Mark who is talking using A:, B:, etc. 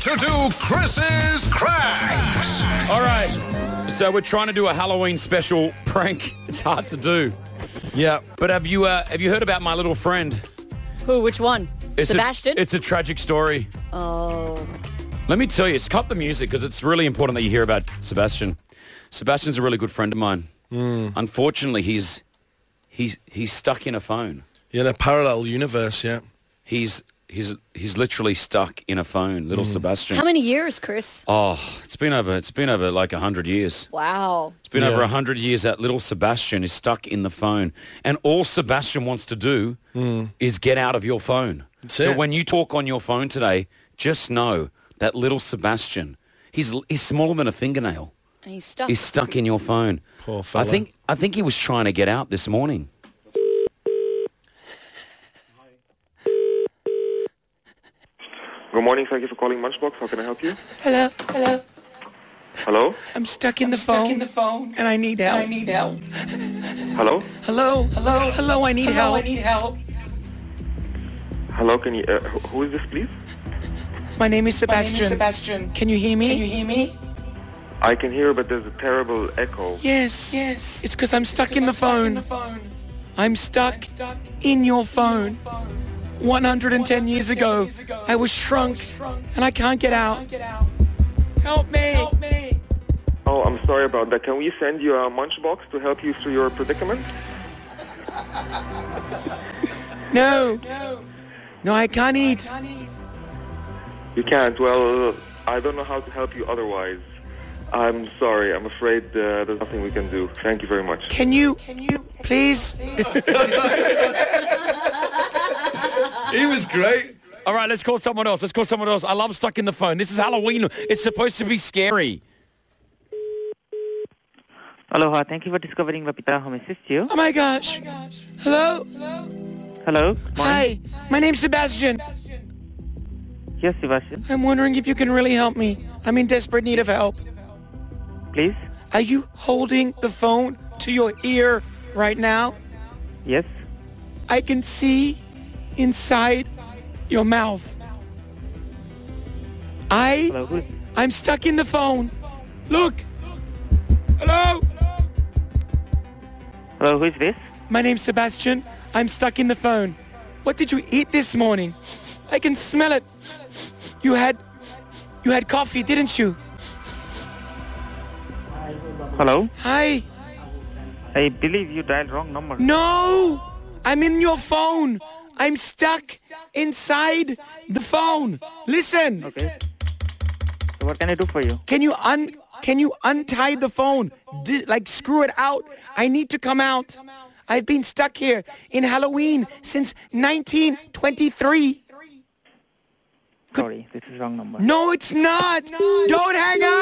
A: to do Chris's cracks.
B: All right. So we're trying to do a Halloween special prank. It's hard to do.
C: Yeah.
B: But have you uh, have you heard about my little friend?
D: Who? Which one?
B: a-
D: Sebastian?
B: it's a tragic story.
D: oh.
B: Let me tell you, stop the music because it's really important that you hear about Sebastian. Sebastian's a really good friend of mine. Unfortunately, he's he's he's stuck in a phone.
C: In a parallel universe, yeah.
B: He's he's he's literally stuck in a phone, little Sebastian.
D: How many years, Chris?
B: oh, it's been over. It's been over like a hundred years.
D: Wow.
B: It's been
C: Yeah.
B: over over 100 years that little Sebastian is stuck in the phone. And all Sebastian wants to do is get out of your phone. so
C: Hmm. it.
B: when you talk on your phone today, just know that little Sebastian, he's, he's smaller than a fingernail.
D: And he's stuck.
B: He's stuck in your phone.
C: Poor fella.
B: I think, I think he was trying to get out this morning.
E: Good morning. Thank you for calling Lunchbox. How can I help you?
F: Hello, hello.
E: Hello?
F: I'm stuck in the phone. Stuck in the phone, and I need help. I need help.
E: Hello?
F: Hello, hello, hello. I need help. I need help.
E: Hello? Can you? Uh, wh- who is this, please?
F: My name is Sebastian. Sebastian. Can you hear me? Can you hear me?
E: I can hear, but there's a terrible echo.
F: Yes. Yes. It's because I'm stuck in the phone. in the phone. I'm stuck, in your phone. 110 years ago, I was shrunk, and I can't get out. Help me. Help me.
E: Oh, I'm sorry about that. Can we send you a Munchbox to help you through your predicament?
F: No. No. No, I can't eat.
E: You can't. Well, I don't know how to help you otherwise. I'm sorry. I'm afraid uh, there's nothing we can do. Thank you very much.
F: Can you, can you please?
C: He was great.
B: All right, let's call someone else. Let's call someone else. I love stuck in the phone. This is Halloween. It's supposed to be scary.
G: Aloha, thank you for discovering Vapita Home Assist You.
F: Oh my gosh. Hello?
G: Hello, good morning.
F: Hi. My name's Sebastian.
G: Yes, Sebastian,
F: I'm wondering if you can really help me. I'm in desperate need of help.
G: please.
F: Are you holding the phone to your ear right now?
G: Yes.
F: I can see inside your mouth.
G: Hello,
F: I
G: who is,
F: I'm stuck in the phone. Look. Hello?
G: hello, who is this?
F: My name's Sebastian. I'm stuck in the phone. What did you eat this morning? I can smell it. You had you had coffee, didn't you?
G: Hello.
F: Hi.
G: I believe you dialed wrong number.
F: No! I'm in your phone. I'm stuck inside the phone. Listen.
G: Okay. So what can I do for you?
F: Can you un can you untie the phone? Di- like screw it out. I need to come out. I've been stuck here in Halloween since 1923.
G: Sorry, this is wrong number.
F: No, it's not. Don't hang